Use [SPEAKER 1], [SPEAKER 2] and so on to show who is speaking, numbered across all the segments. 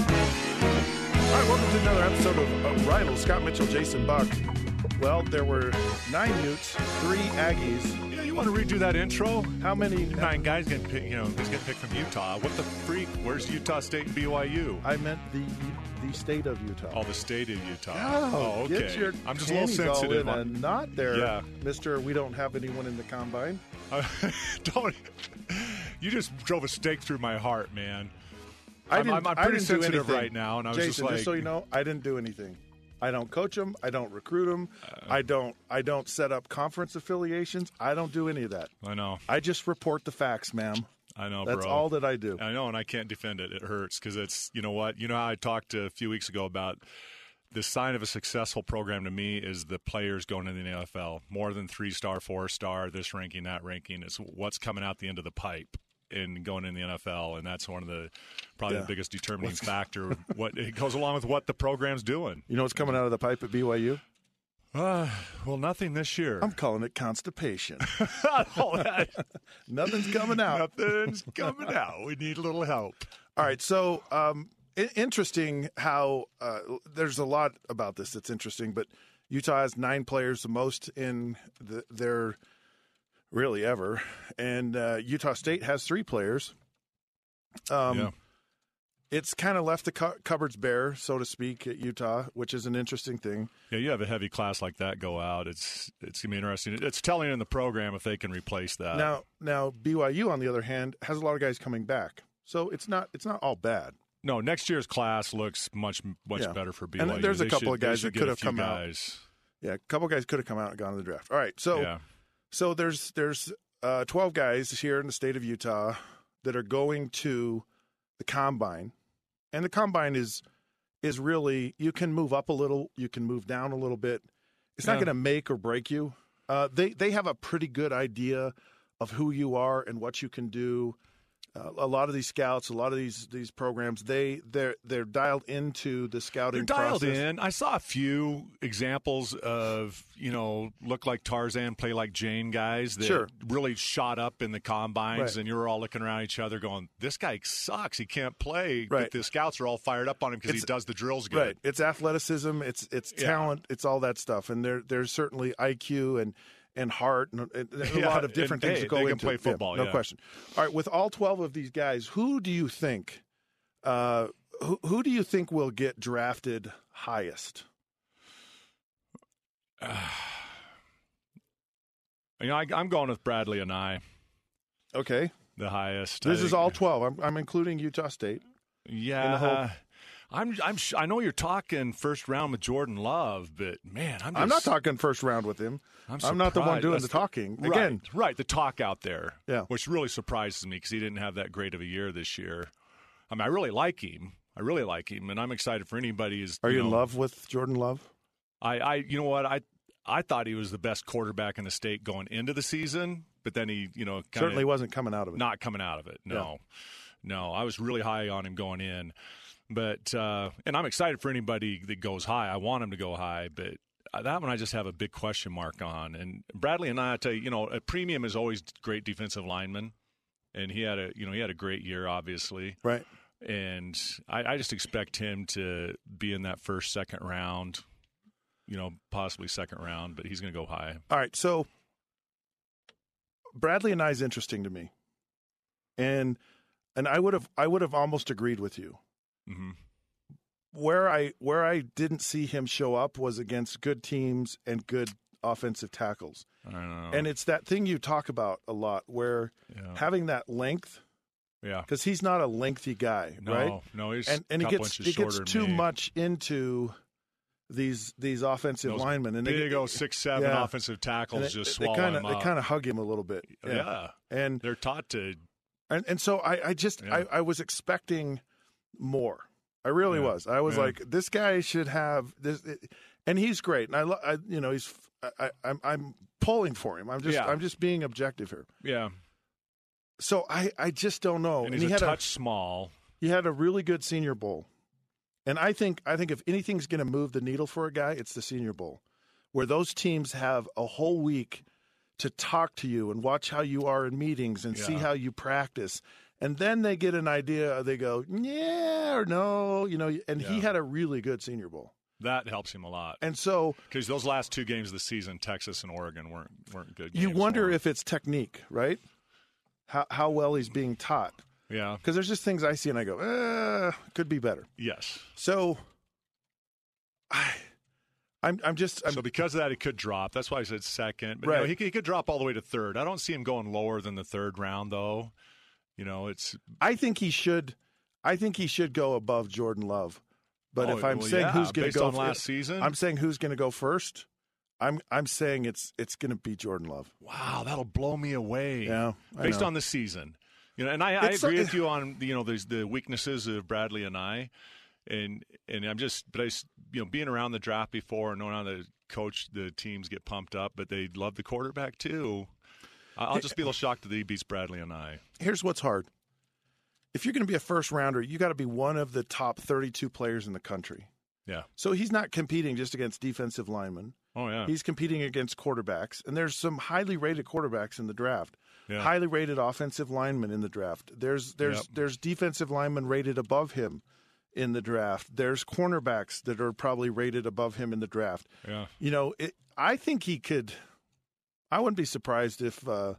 [SPEAKER 1] All right, welcome to another episode of uh, Rival. Scott Mitchell, Jason Buck. Well, there were nine Utes, three Aggies.
[SPEAKER 2] You know, you want to redo that intro?
[SPEAKER 1] How many?
[SPEAKER 2] Nine guys getting picked, you know, is getting picked from Utah. What the freak? Where's Utah State and BYU?
[SPEAKER 1] I meant the the state of Utah.
[SPEAKER 2] All the state of Utah.
[SPEAKER 1] Oh,
[SPEAKER 2] oh okay.
[SPEAKER 1] get your
[SPEAKER 2] I'm just a little
[SPEAKER 1] panties all
[SPEAKER 2] sensitive.
[SPEAKER 1] in a
[SPEAKER 2] on-
[SPEAKER 1] knot there,
[SPEAKER 2] Yeah.
[SPEAKER 1] Mister. We don't have anyone in the combine.
[SPEAKER 2] don't. You just drove a stake through my heart, man.
[SPEAKER 1] I
[SPEAKER 2] I'm-
[SPEAKER 1] didn't.
[SPEAKER 2] I'm- I'm
[SPEAKER 1] I
[SPEAKER 2] pretty
[SPEAKER 1] didn't do
[SPEAKER 2] sensitive
[SPEAKER 1] anything.
[SPEAKER 2] right now, and I was
[SPEAKER 1] Jason,
[SPEAKER 2] just like-
[SPEAKER 1] so you know, I didn't do anything. I don't coach them. I don't recruit them.
[SPEAKER 2] Uh.
[SPEAKER 1] I don't. I don't set up conference affiliations. I don't do any of that.
[SPEAKER 2] I know.
[SPEAKER 1] I just report the facts, ma'am.
[SPEAKER 2] I know,
[SPEAKER 1] That's
[SPEAKER 2] bro.
[SPEAKER 1] all that I do.
[SPEAKER 2] I know, and I can't defend it. It hurts because it's you know what you know. How I talked a few weeks ago about the sign of a successful program to me is the players going into the NFL more than three star, four star, this ranking, that ranking. It's what's coming out the end of the pipe and going in the NFL, and that's one of the probably
[SPEAKER 1] Yeah.
[SPEAKER 2] the biggest determining factor. what it goes along with what the program's doing.
[SPEAKER 1] You know what's coming out of the pipe at BYU?
[SPEAKER 2] Uh, well, nothing this year.
[SPEAKER 1] I'm calling it constipation.
[SPEAKER 2] All that,
[SPEAKER 1] Nothing's coming out.
[SPEAKER 2] nothing's coming out. We need a little help.
[SPEAKER 1] All right. So, um, i- interesting how uh, there's a lot about this that's interesting, but Utah has nine players, the most in the, their really ever, and uh, Utah State has three players. Um,
[SPEAKER 2] Yeah.
[SPEAKER 1] It's kind of left the cu- cupboards bare, so to speak, at Utah, which is an interesting thing.
[SPEAKER 2] Yeah, you have a heavy class like that go out. It's it's gonna be interesting. It's telling in the program if they can replace that.
[SPEAKER 1] now, now BYU, on the other hand, has a lot of guys coming back, so it's not it's not all bad.
[SPEAKER 2] no, next year's class looks much much
[SPEAKER 1] Yeah.
[SPEAKER 2] better for BYU.
[SPEAKER 1] And there's a
[SPEAKER 2] They
[SPEAKER 1] couple
[SPEAKER 2] should-
[SPEAKER 1] of guys
[SPEAKER 2] they should
[SPEAKER 1] that
[SPEAKER 2] get
[SPEAKER 1] could
[SPEAKER 2] a
[SPEAKER 1] have
[SPEAKER 2] few
[SPEAKER 1] come out.
[SPEAKER 2] guys.
[SPEAKER 1] Yeah, a couple guys could have come out and gone to the draft. All right, so
[SPEAKER 2] yeah,
[SPEAKER 1] so there's there's uh, 12 guys here in the state of Utah that are going to the combine, and the combine is is really you can move up a little, you can move down a little bit. It's not
[SPEAKER 2] Yeah.
[SPEAKER 1] going to make or break you. Uh, they they have a pretty good idea of who you are and what you can do. Uh, a lot of these scouts, a lot of these these programs, they they're they're dialed into the scouting.
[SPEAKER 2] they're dialed
[SPEAKER 1] process.
[SPEAKER 2] in. I saw a few examples of you know look like Tarzan, play like Jane guys that
[SPEAKER 1] Sure.
[SPEAKER 2] really shot up in the combines,
[SPEAKER 1] Right.
[SPEAKER 2] and you're all looking around each other going, "This guy sucks. He can't play."
[SPEAKER 1] Right.
[SPEAKER 2] But the scouts are all fired up on him because he
[SPEAKER 1] It's-
[SPEAKER 2] does the drills good.
[SPEAKER 1] Right. It's athleticism. It's it's
[SPEAKER 2] Yeah.
[SPEAKER 1] talent. It's all that stuff. And there there's certainly IQ and and heart and, and there's a
[SPEAKER 2] Yeah,
[SPEAKER 1] lot of different
[SPEAKER 2] and
[SPEAKER 1] things
[SPEAKER 2] they-
[SPEAKER 1] that go
[SPEAKER 2] they can
[SPEAKER 1] into
[SPEAKER 2] play
[SPEAKER 1] it.
[SPEAKER 2] football,
[SPEAKER 1] no
[SPEAKER 2] yeah.
[SPEAKER 1] question. All right. With all twelve of these guys, who do you think? Uh, who who do you think will get drafted highest?
[SPEAKER 2] You know, I, I'm going with Bradley and I,
[SPEAKER 1] Okay.
[SPEAKER 2] the highest. I
[SPEAKER 1] This is
[SPEAKER 2] think-
[SPEAKER 1] all twelve. I'm I'm including Utah State.
[SPEAKER 2] Yeah.
[SPEAKER 1] whole-
[SPEAKER 2] I'm I'm sh- I know you're talking first round with Jordan Love, but man, I'm just,
[SPEAKER 1] I'm not talking first round with him.
[SPEAKER 2] I'm,
[SPEAKER 1] not the one
[SPEAKER 2] surprised.
[SPEAKER 1] doing
[SPEAKER 2] That's
[SPEAKER 1] the talking.
[SPEAKER 2] Right,
[SPEAKER 1] Again,
[SPEAKER 2] right, the talk out there.
[SPEAKER 1] Yeah.
[SPEAKER 2] Which really surprises me because he didn't have that great of a year this year. I mean, I really like him. I really like him, and I'm excited for anybody. Is
[SPEAKER 1] are you, in
[SPEAKER 2] know,
[SPEAKER 1] love with Jordan Love?
[SPEAKER 2] I, I, you know what I. I thought he was the best quarterback in the state going into the season, but then he, you know, kind
[SPEAKER 1] Certainly wasn't coming out of it.
[SPEAKER 2] not coming out of it. No, no, I was really high on him going in, but uh, and I'm excited for anybody that goes high. I want him to go high, but uh, that one I just have a big question mark on. And Bradley and I, I tell you, you know, a premium is always great defensive lineman. and he had a you know he had a great year, obviously.
[SPEAKER 1] Right.
[SPEAKER 2] And I, I just expect him to be in that first, second round, you know, possibly second round, but he's going to go high.
[SPEAKER 1] All right. So Bradley and I is interesting to me, and and I would have I would have almost agreed with you.
[SPEAKER 2] hmm
[SPEAKER 1] Where I where I didn't see him show up was against good teams and good offensive tackles,
[SPEAKER 2] I don't know.
[SPEAKER 1] and it's that thing you talk about a lot where
[SPEAKER 2] Uh-huh. yeah.
[SPEAKER 1] having that length
[SPEAKER 2] yeah.
[SPEAKER 1] because he's not a lengthy guy,
[SPEAKER 2] No,
[SPEAKER 1] right?
[SPEAKER 2] no, he's
[SPEAKER 1] and and
[SPEAKER 2] a
[SPEAKER 1] it
[SPEAKER 2] couple
[SPEAKER 1] gets
[SPEAKER 2] inches
[SPEAKER 1] it gets
[SPEAKER 2] shorter than
[SPEAKER 1] too
[SPEAKER 2] me.
[SPEAKER 1] much into these these offensive
[SPEAKER 2] Those
[SPEAKER 1] linemen, and
[SPEAKER 2] big
[SPEAKER 1] they
[SPEAKER 2] old six seven
[SPEAKER 1] yeah.
[SPEAKER 2] offensive
[SPEAKER 1] and
[SPEAKER 2] tackles
[SPEAKER 1] they,
[SPEAKER 2] just
[SPEAKER 1] they
[SPEAKER 2] swallow
[SPEAKER 1] kinda-
[SPEAKER 2] him
[SPEAKER 1] they
[SPEAKER 2] up.
[SPEAKER 1] kind of hug him a little bit,
[SPEAKER 2] yeah.
[SPEAKER 1] and
[SPEAKER 2] they're taught to.
[SPEAKER 1] and and so I I just
[SPEAKER 2] Yeah.
[SPEAKER 1] I, I was expecting more. I really
[SPEAKER 2] Yeah.
[SPEAKER 1] was. I was
[SPEAKER 2] Yeah.
[SPEAKER 1] like, this guy should have this, it- and he's great. And I, lo- I you know, he's I, I, I'm I'm pulling for him. I'm just
[SPEAKER 2] Yeah.
[SPEAKER 1] I'm just being objective here.
[SPEAKER 2] Yeah,
[SPEAKER 1] So I I just don't know.
[SPEAKER 2] and he's
[SPEAKER 1] Oh, he
[SPEAKER 2] a
[SPEAKER 1] had
[SPEAKER 2] touch small.
[SPEAKER 1] he had a really good senior bowl. And I think I think if anything's going to move the needle for a guy, it's the senior bowl, where those teams have a whole week to talk to you and watch how you are in meetings and see
[SPEAKER 2] Yeah.
[SPEAKER 1] how you practice. And then they get an idea, they go, "Yeah or no," you know, and he
[SPEAKER 2] Yeah.
[SPEAKER 1] had a really good senior bowl.
[SPEAKER 2] That helps him a lot
[SPEAKER 1] And so
[SPEAKER 2] because those last two games of the season, Texas and Oregon weren't weren't good.
[SPEAKER 1] you
[SPEAKER 2] games
[SPEAKER 1] wonder
[SPEAKER 2] for him.
[SPEAKER 1] if it's technique, right? How how well he's being taught.
[SPEAKER 2] yeah
[SPEAKER 1] Cuz there's just things I see and I go, "Uh, could be better."
[SPEAKER 2] yes.
[SPEAKER 1] So I I'm I'm just I'm
[SPEAKER 2] so because of that, it could drop. That's why I said second. But you
[SPEAKER 1] Right.
[SPEAKER 2] know, he, could- he could drop all the way to third. I don't see him going lower than the third round, though. You know, it's
[SPEAKER 1] I think he should I think he should go above Jordan Love. But
[SPEAKER 2] Oh,
[SPEAKER 1] if I'm
[SPEAKER 2] well,
[SPEAKER 1] saying
[SPEAKER 2] yeah,
[SPEAKER 1] who's going to
[SPEAKER 2] based
[SPEAKER 1] go
[SPEAKER 2] on last season?
[SPEAKER 1] I'm saying who's going to go first. I'm I'm saying it's it's going to be Jordan Love.
[SPEAKER 2] wow, that'll blow me away.
[SPEAKER 1] Yeah, I
[SPEAKER 2] based
[SPEAKER 1] know.
[SPEAKER 2] on the season, you know. And I, I
[SPEAKER 1] It's so-
[SPEAKER 2] agree with you on you know there's the weaknesses of Bradley and I, and and I'm just but I s- you know being around the draft before and knowing how the coach the teams get pumped up, but they love the quarterback too. I- I'll just be a little shocked that he beats Bradley and I.
[SPEAKER 1] Here's what's hard. If you're going to be a first rounder, you got to be one of the top 32 players in the country.
[SPEAKER 2] Yeah.
[SPEAKER 1] So he's not competing just against defensive linemen.
[SPEAKER 2] Oh yeah.
[SPEAKER 1] He's competing against quarterbacks, and there's some highly rated quarterbacks in the draft.
[SPEAKER 2] Yeah.
[SPEAKER 1] Highly rated offensive linemen in the draft. There's there's
[SPEAKER 2] Yep.
[SPEAKER 1] there's defensive linemen rated above him in the draft. There's cornerbacks that are probably rated above him in the draft.
[SPEAKER 2] yeah.
[SPEAKER 1] You know, it, I think he could. I wouldn't be surprised if uh,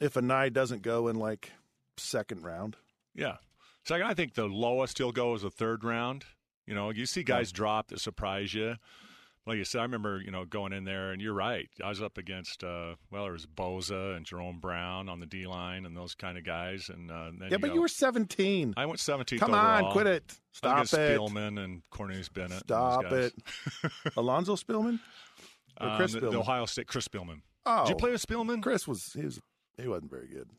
[SPEAKER 1] if Anai doesn't go in like second round.
[SPEAKER 2] Yeah. Second, I think the lowest he'll go is a third round. You know, you see guys drop that surprise you. Like you said, I remember, you know, going in there, and you're right. I was up against, uh, well, there was Boza and Jerome Brown on the D line and those kind of guys. And uh, then
[SPEAKER 1] yeah, but
[SPEAKER 2] go-
[SPEAKER 1] you were 17.
[SPEAKER 2] I went 17th
[SPEAKER 1] Come
[SPEAKER 2] overall.
[SPEAKER 1] on, quit it.
[SPEAKER 2] I'm
[SPEAKER 1] Stop it.
[SPEAKER 2] against Spielman and Cornelius Bennett. and those
[SPEAKER 1] Stop
[SPEAKER 2] guys.
[SPEAKER 1] it. Alonzo Spillman? Or
[SPEAKER 2] Um,
[SPEAKER 1] Chris
[SPEAKER 2] the,
[SPEAKER 1] Spielman?
[SPEAKER 2] the Ohio State, Chris Spielman.
[SPEAKER 1] Oh,
[SPEAKER 2] Did you play with Spielman?
[SPEAKER 1] Chris was he was he wasn't very good.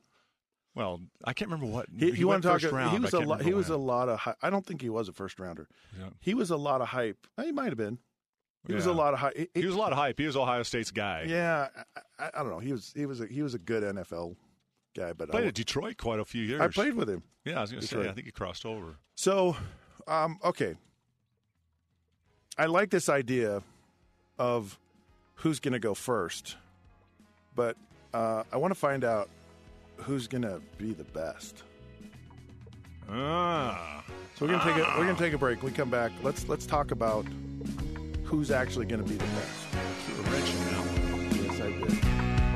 [SPEAKER 2] Well, I can't remember what.
[SPEAKER 1] He, you
[SPEAKER 2] went
[SPEAKER 1] want to talk?
[SPEAKER 2] first round.
[SPEAKER 1] he
[SPEAKER 2] but
[SPEAKER 1] was
[SPEAKER 2] I
[SPEAKER 1] a
[SPEAKER 2] can't
[SPEAKER 1] lo- he
[SPEAKER 2] remember
[SPEAKER 1] was a
[SPEAKER 2] when.
[SPEAKER 1] lot of. Hy- I don't think he was a first rounder.
[SPEAKER 2] Yeah.
[SPEAKER 1] He was a lot of hype. He might have been. He was a
[SPEAKER 2] Yeah.
[SPEAKER 1] lot of hype. He- he-
[SPEAKER 2] He was a lot of hype. He was Ohio State's guy.
[SPEAKER 1] yeah, I, I, I don't know. He was he was a, he was a good NFL guy, but
[SPEAKER 2] Played
[SPEAKER 1] I,
[SPEAKER 2] at Detroit quite a few years.
[SPEAKER 1] I played with him.
[SPEAKER 2] Yeah, I was going to say.
[SPEAKER 1] Detroit.
[SPEAKER 2] I think he crossed over.
[SPEAKER 1] So, um, okay. I like this idea of who's going to go first, but uh, I want to find out who's going to be the best.
[SPEAKER 2] Ah,
[SPEAKER 1] So we're gonna take a we're gonna take a break. When we come back. Let's let's talk about who's actually gonna be the best.
[SPEAKER 2] a wrench in that one.
[SPEAKER 1] Yes, I did.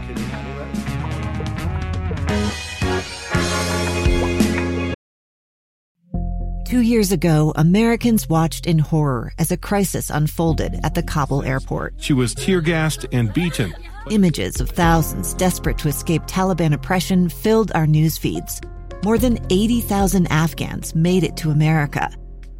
[SPEAKER 1] Can you handle that?
[SPEAKER 3] Two years ago, Americans watched in horror as a crisis unfolded at the Kabul airport.
[SPEAKER 4] She was tear gassed and beaten.
[SPEAKER 3] Images of thousands desperate to escape Taliban oppression filled our news feeds. More than 80,000 Afghans made it to America.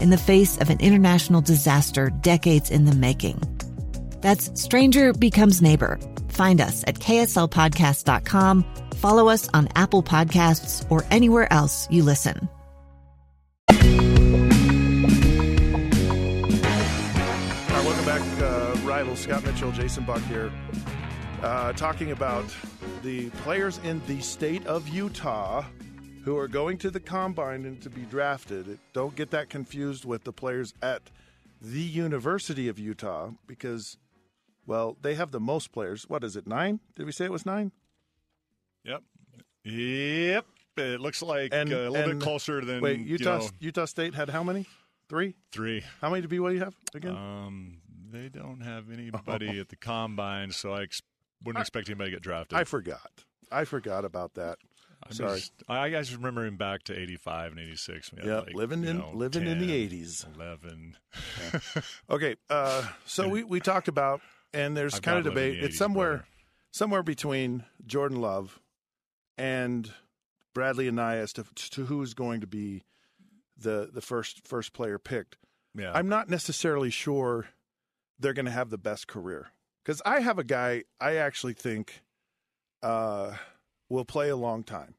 [SPEAKER 3] in the face of an international disaster decades in the making? That's Stranger Becomes Neighbor, find us at kslpodcast.com, Um, follow us on Apple Podcasts, or anywhere else you listen.
[SPEAKER 1] All right, welcome back, uh, Rivals. Scott Mitchell, Jason Buck here, uh, talking about the players in the state of Utah who are going to the combine and to be drafted. Don't get that confused with the players at the University of Utah because, well, they have the most players. What is it, nine? Did we say it was nine?
[SPEAKER 2] Yep. Yep. It looks like uh, a little bit closer than
[SPEAKER 1] wait, Utah,
[SPEAKER 2] You know,
[SPEAKER 1] Utah State had how many? Three?
[SPEAKER 2] three.
[SPEAKER 1] How many did BYU have again?
[SPEAKER 2] Um, they don't have anybody at the combine, so I ex- wouldn't expect anybody to get drafted.
[SPEAKER 1] I forgot. I forgot about that.
[SPEAKER 2] I'm
[SPEAKER 1] Sorry.
[SPEAKER 2] just- I, I just remember him back to '85 and '86. Yeah,
[SPEAKER 1] Yeah, living in- living in the 80s.
[SPEAKER 2] Eleven.
[SPEAKER 1] Okay, uh, so we, we talked about, and there's
[SPEAKER 2] I've
[SPEAKER 1] kind of
[SPEAKER 2] got lived in
[SPEAKER 1] debate.
[SPEAKER 2] the
[SPEAKER 1] It's
[SPEAKER 2] 80s,
[SPEAKER 1] somewhere
[SPEAKER 2] brother.
[SPEAKER 1] somewhere between Jordan Love and Bradley and I as to, to who is going to be the the first first player picked.
[SPEAKER 2] Yeah,
[SPEAKER 1] I'm not necessarily sure they're going to have the best career because I have a guy I actually think uh, will play a long time.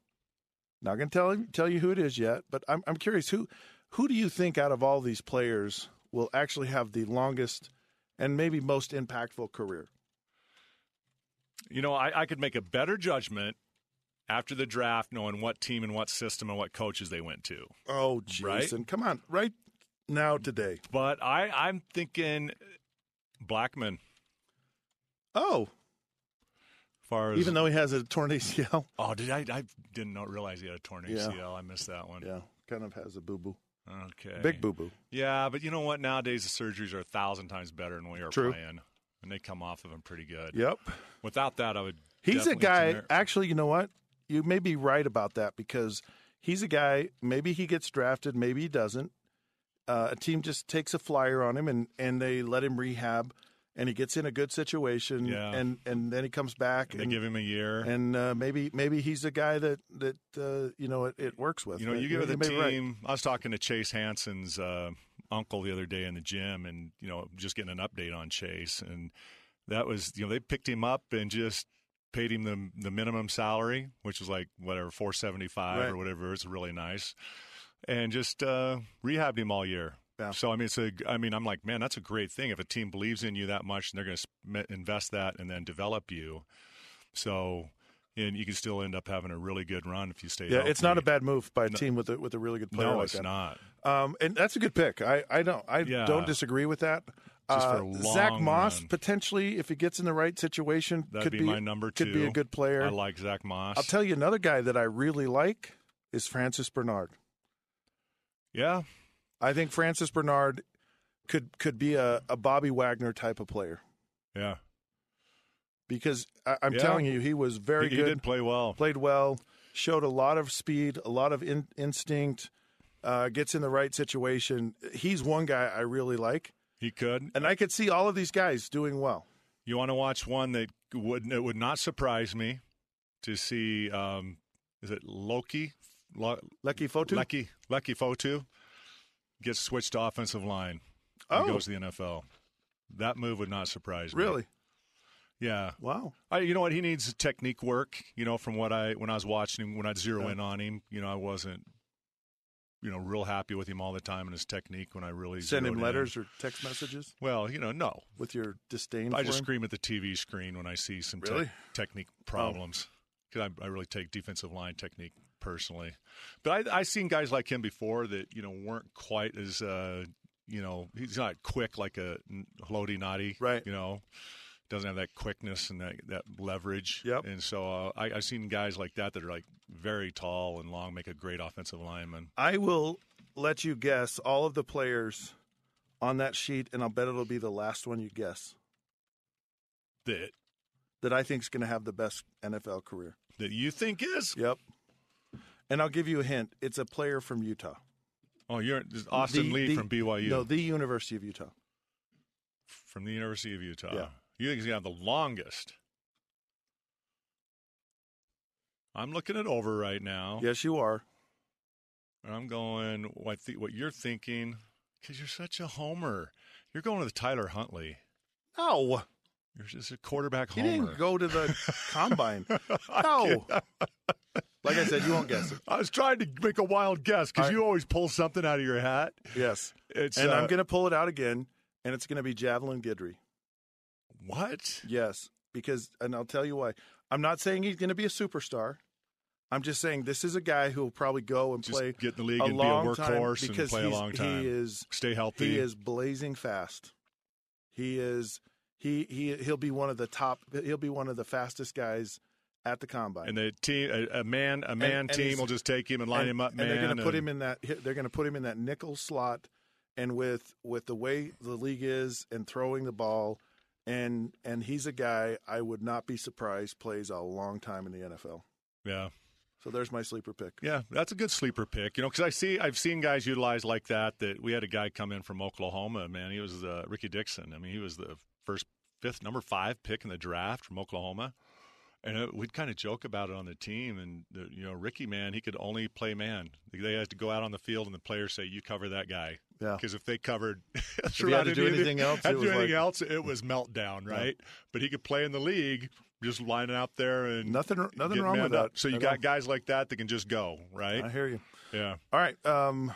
[SPEAKER 1] Not going to tell him, tell you who it is yet, but I'm I'm curious who who do you think out of all these players will actually have the longest and maybe most impactful career?
[SPEAKER 2] you know, I, I could make a better judgment after the draft, knowing what team and what system and what coaches they went to.
[SPEAKER 1] Oh,
[SPEAKER 2] Right?
[SPEAKER 1] Jason, come on, right now today.
[SPEAKER 2] But I, I'm thinking Blackman.
[SPEAKER 1] Oh,
[SPEAKER 2] As far as
[SPEAKER 1] even though he has a torn ACL,
[SPEAKER 2] oh, did I? I didn't know, realize he had a torn
[SPEAKER 1] Yeah.
[SPEAKER 2] ACL. I missed that one.
[SPEAKER 1] yeah, kind of has a boo boo,
[SPEAKER 2] Okay.
[SPEAKER 1] big boo boo.
[SPEAKER 2] Yeah, but you know what? Nowadays the surgeries are a thousand times better than we are
[SPEAKER 1] True.
[SPEAKER 2] playing, and they come off of them pretty good.
[SPEAKER 1] Yep.
[SPEAKER 2] Without that, I would.
[SPEAKER 1] He's a
[SPEAKER 2] definitely
[SPEAKER 1] guy.
[SPEAKER 2] compare-
[SPEAKER 1] Actually, you know what? You may be right about that because he's a guy. Maybe he gets drafted. Maybe he doesn't. Uh, a team just takes a flyer on him and and they let him rehab, and he gets in a good situation.
[SPEAKER 2] Yeah.
[SPEAKER 1] And and then he comes back
[SPEAKER 2] and they give him a year.
[SPEAKER 1] and, uh, maybe maybe he's a guy that that uh, you know it, it works with.
[SPEAKER 2] you know,
[SPEAKER 1] Uh,
[SPEAKER 2] you give the
[SPEAKER 1] may be right.
[SPEAKER 2] team. I was talking to Chase Hansen's uh, uncle the other day in the gym, and you know, just getting an update on Chase, and that was you know they picked him up and just paid him the the minimum salary, which was like whatever four seventy five
[SPEAKER 1] Right.
[SPEAKER 2] or whatever. It's really nice, and just uh, rehabbed him all year.
[SPEAKER 1] Yeah.
[SPEAKER 2] So I mean, it's a. I mean, I'm like, man, that's a great thing. If a team believes in you that much, and they're going to invest that and then develop you, so and you can still end up having a really good run if you stay.
[SPEAKER 1] Yeah, it's not
[SPEAKER 2] healthy.
[SPEAKER 1] a bad move by a
[SPEAKER 2] No.
[SPEAKER 1] team with a, with a really good player.
[SPEAKER 2] No,
[SPEAKER 1] like
[SPEAKER 2] it's
[SPEAKER 1] that.
[SPEAKER 2] not.
[SPEAKER 1] Um, and that's a good pick. I, I don't I
[SPEAKER 2] Yeah.
[SPEAKER 1] don't disagree with that. Uh,
[SPEAKER 2] Just for a
[SPEAKER 1] Zach
[SPEAKER 2] long
[SPEAKER 1] Moss
[SPEAKER 2] run.
[SPEAKER 1] potentially, if he gets in the right situation,
[SPEAKER 2] That'd
[SPEAKER 1] could
[SPEAKER 2] be,
[SPEAKER 1] be,
[SPEAKER 2] my number two.
[SPEAKER 1] Could be a good player.
[SPEAKER 2] I like Zach Moss.
[SPEAKER 1] I'll tell you another guy that I really like is Francis Bernard.
[SPEAKER 2] yeah,
[SPEAKER 1] I think Francis Bernard could could be a, a Bobby Wagner type of player
[SPEAKER 2] yeah.
[SPEAKER 1] because I, I'm
[SPEAKER 2] Yeah.
[SPEAKER 1] telling you he was very
[SPEAKER 2] he,
[SPEAKER 1] good.
[SPEAKER 2] He did play well.
[SPEAKER 1] played well, showed a lot of speed, a lot of in, instinct, uh, gets in the right situation. He's one guy I really like,
[SPEAKER 2] He could.
[SPEAKER 1] and I could see all of these guys doing well.
[SPEAKER 2] You want to watch one that would it would not surprise me to see. Um, is it Loki? Lo-
[SPEAKER 1] Lucky Fotu.
[SPEAKER 2] Lucky Lucky Fotu gets switched to offensive line. and
[SPEAKER 1] Oh.
[SPEAKER 2] goes to the NFL. That move would not surprise me.
[SPEAKER 1] really?
[SPEAKER 2] Yeah.
[SPEAKER 1] Wow.
[SPEAKER 2] I, you know what? He needs technique work. You know, from what I when I was watching him, when I'd zero
[SPEAKER 1] Yeah.
[SPEAKER 2] in on him, you know, I wasn't, you know, real happy with him all the time and his technique. When I really
[SPEAKER 1] Send
[SPEAKER 2] zeroed
[SPEAKER 1] him
[SPEAKER 2] in.
[SPEAKER 1] letters or text messages
[SPEAKER 2] Well, you know, no.
[SPEAKER 1] with your disdain.
[SPEAKER 2] I
[SPEAKER 1] for
[SPEAKER 2] just
[SPEAKER 1] him? Oh.
[SPEAKER 2] scream at the TV screen when I see some tech-
[SPEAKER 1] Really?
[SPEAKER 2] technique problems because I, I really take defensive line technique personally. But I, I've seen guys like him before that you know weren't quite as uh, you know he's not quick like a Haloti Nadi,
[SPEAKER 1] Right.
[SPEAKER 2] You know, doesn't have that quickness and that, that leverage.
[SPEAKER 1] Yep.
[SPEAKER 2] And so uh, I, I've seen guys like that that are like very tall and long, make a great offensive lineman.
[SPEAKER 1] I will let you guess all of the players on that sheet, and I'll bet it'll be the last one you guess
[SPEAKER 2] That
[SPEAKER 1] that I think is going to have the best NFL career.
[SPEAKER 2] that you think is
[SPEAKER 1] Yep. And I'll give you a hint. It's a player from Utah.
[SPEAKER 2] oh you're this is Austin
[SPEAKER 1] The-
[SPEAKER 2] Lee
[SPEAKER 1] the-
[SPEAKER 2] from BYU
[SPEAKER 1] No, the University of Utah.
[SPEAKER 2] from the University of Utah.
[SPEAKER 1] Yeah.
[SPEAKER 2] You think he's gonna have the longest? I'm looking it over right now,
[SPEAKER 1] Yes, you are.
[SPEAKER 2] and I'm going what th- what you're thinking because you're such a homer. You're going with Tyler Huntley.
[SPEAKER 1] No.
[SPEAKER 2] You're just a quarterback
[SPEAKER 1] He
[SPEAKER 2] homer.
[SPEAKER 1] didn't go to the combine. No. Like I said, you won't guess it.
[SPEAKER 2] I was trying to make a wild guess because
[SPEAKER 1] I-
[SPEAKER 2] you always pull something out of your hat.
[SPEAKER 1] Yes.
[SPEAKER 2] It's,
[SPEAKER 1] and I'm
[SPEAKER 2] uh,
[SPEAKER 1] going to pull it out again, and it's going to be Javelin Guidry.
[SPEAKER 2] What?
[SPEAKER 1] Yes, because, and I'll tell you why. I'm not saying he's going to be a superstar. I'm just saying this is a guy who will probably go and
[SPEAKER 2] Just
[SPEAKER 1] play
[SPEAKER 2] get in the league
[SPEAKER 1] a
[SPEAKER 2] and be a
[SPEAKER 1] long time
[SPEAKER 2] workhorse and
[SPEAKER 1] because
[SPEAKER 2] play a
[SPEAKER 1] he's-
[SPEAKER 2] long time.
[SPEAKER 1] He is
[SPEAKER 2] Stay healthy.
[SPEAKER 1] He is blazing fast. He is he he he'll be one of the top. He'll be one of the fastest guys at the combine.
[SPEAKER 2] And the team, a, a man, a man
[SPEAKER 1] and
[SPEAKER 2] team
[SPEAKER 1] he's-
[SPEAKER 2] will just take him and line
[SPEAKER 1] and,
[SPEAKER 2] him up.
[SPEAKER 1] and they're
[SPEAKER 2] man,
[SPEAKER 1] going to put
[SPEAKER 2] and-
[SPEAKER 1] him in that. They're going to put him in that nickel slot, and with with the way the league is and throwing the ball, and and he's a guy I would not be surprised plays a long time in the NFL.
[SPEAKER 2] Yeah,
[SPEAKER 1] So there's my sleeper pick.
[SPEAKER 2] yeah, that's a good sleeper pick. You know, because I see, I've seen guys utilized like that. That we had a guy come in from Oklahoma. Man, he was uh, Ricky Dixon. I mean, he was the first, fifth, number five pick in the draft from Oklahoma. And uh we'd kind of joke about it on the team. And the, you know, Ricky, man, he could only play man. They had to go out on the field, and the players say, "You cover that guy."
[SPEAKER 1] Yeah.
[SPEAKER 2] Because if they covered,
[SPEAKER 1] If he had to do anything else,
[SPEAKER 2] had
[SPEAKER 1] it
[SPEAKER 2] to
[SPEAKER 1] was
[SPEAKER 2] do anything
[SPEAKER 1] like-
[SPEAKER 2] else, it was meltdown, right? But he could play in the league, just lining out there and
[SPEAKER 1] Nothing nothing
[SPEAKER 2] getting
[SPEAKER 1] wrong
[SPEAKER 2] manned
[SPEAKER 1] with
[SPEAKER 2] up.
[SPEAKER 1] that.
[SPEAKER 2] So you
[SPEAKER 1] at
[SPEAKER 2] got
[SPEAKER 1] all.
[SPEAKER 2] guys like that that can just go, right?
[SPEAKER 1] I hear you.
[SPEAKER 2] yeah,
[SPEAKER 1] All right. Um,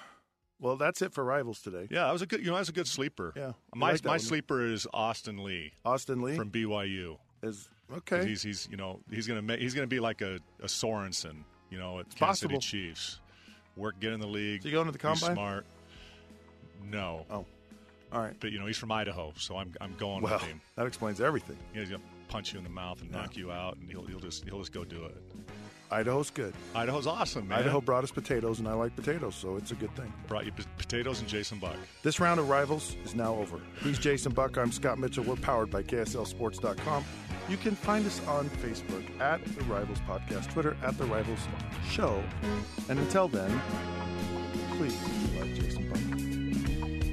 [SPEAKER 1] well, that's it for rivals today.
[SPEAKER 2] yeah. That was a good, you know, that was a good sleeper.
[SPEAKER 1] Yeah, I
[SPEAKER 2] my
[SPEAKER 1] like that
[SPEAKER 2] my
[SPEAKER 1] one.
[SPEAKER 2] sleeper is Austin Lee
[SPEAKER 1] Austin Lee
[SPEAKER 2] from BYU.
[SPEAKER 1] is
[SPEAKER 2] 'Cause
[SPEAKER 1] okay.
[SPEAKER 2] He's he's you know he's gonna make, he's gonna be like a, a Sorensen, you know, at Kansas City
[SPEAKER 1] possible.
[SPEAKER 2] Chiefs. Work, get in the league.
[SPEAKER 1] Is he going to the
[SPEAKER 2] be
[SPEAKER 1] combine?
[SPEAKER 2] Smart. No,
[SPEAKER 1] Oh, all right.
[SPEAKER 2] but you know he's from Idaho, so I'm I'm going
[SPEAKER 1] Well,
[SPEAKER 2] with him.
[SPEAKER 1] that explains everything.
[SPEAKER 2] You know, he's gonna punch you in the mouth and knock you out, and he'll he'll just he'll just go do it.
[SPEAKER 1] Idaho's good.
[SPEAKER 2] Idaho's awesome, man.
[SPEAKER 1] Idaho brought us potatoes, and I like potatoes, so it's a good thing.
[SPEAKER 2] brought you p- potatoes and Jason Buck.
[SPEAKER 1] This round of rivals is now over. He's Jason Buck. I'm Scott Mitchell. We're powered by KSLSports.com. You can find us on Facebook at The Rivals Podcast, Twitter at The Rivals Show. And until then, please like Jason Buck.